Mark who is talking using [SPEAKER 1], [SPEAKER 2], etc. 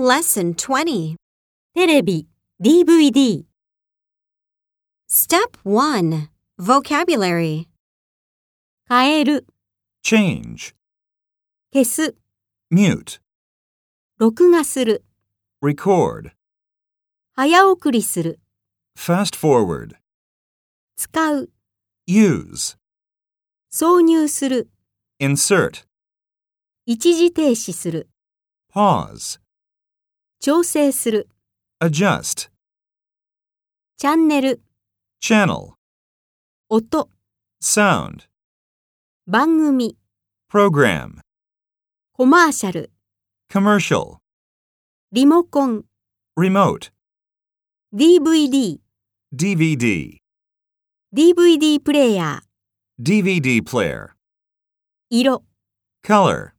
[SPEAKER 1] Lesson 20.
[SPEAKER 2] テレビ、DVD、
[SPEAKER 1] Step 1. Vocabulary.
[SPEAKER 2] 変える、
[SPEAKER 3] change,
[SPEAKER 2] 消す、
[SPEAKER 3] mute,
[SPEAKER 2] 録画する、
[SPEAKER 3] record,
[SPEAKER 2] 早送りする、
[SPEAKER 3] fast forward,
[SPEAKER 2] 使う、
[SPEAKER 3] use,
[SPEAKER 2] 挿入する、
[SPEAKER 3] insert,
[SPEAKER 2] 一時停止する、
[SPEAKER 3] pause,
[SPEAKER 2] 調整する、
[SPEAKER 3] adjust,
[SPEAKER 2] チャンネル、
[SPEAKER 3] channel,
[SPEAKER 2] 音、
[SPEAKER 3] sound,
[SPEAKER 2] 番組、
[SPEAKER 3] program,
[SPEAKER 2] コマーシャル、
[SPEAKER 3] commercial,
[SPEAKER 2] リモコン、
[SPEAKER 3] remote,
[SPEAKER 2] DVD、
[SPEAKER 3] DVD,
[SPEAKER 2] DVD プレイヤー、
[SPEAKER 3] DVD player,
[SPEAKER 2] 色。
[SPEAKER 3] color.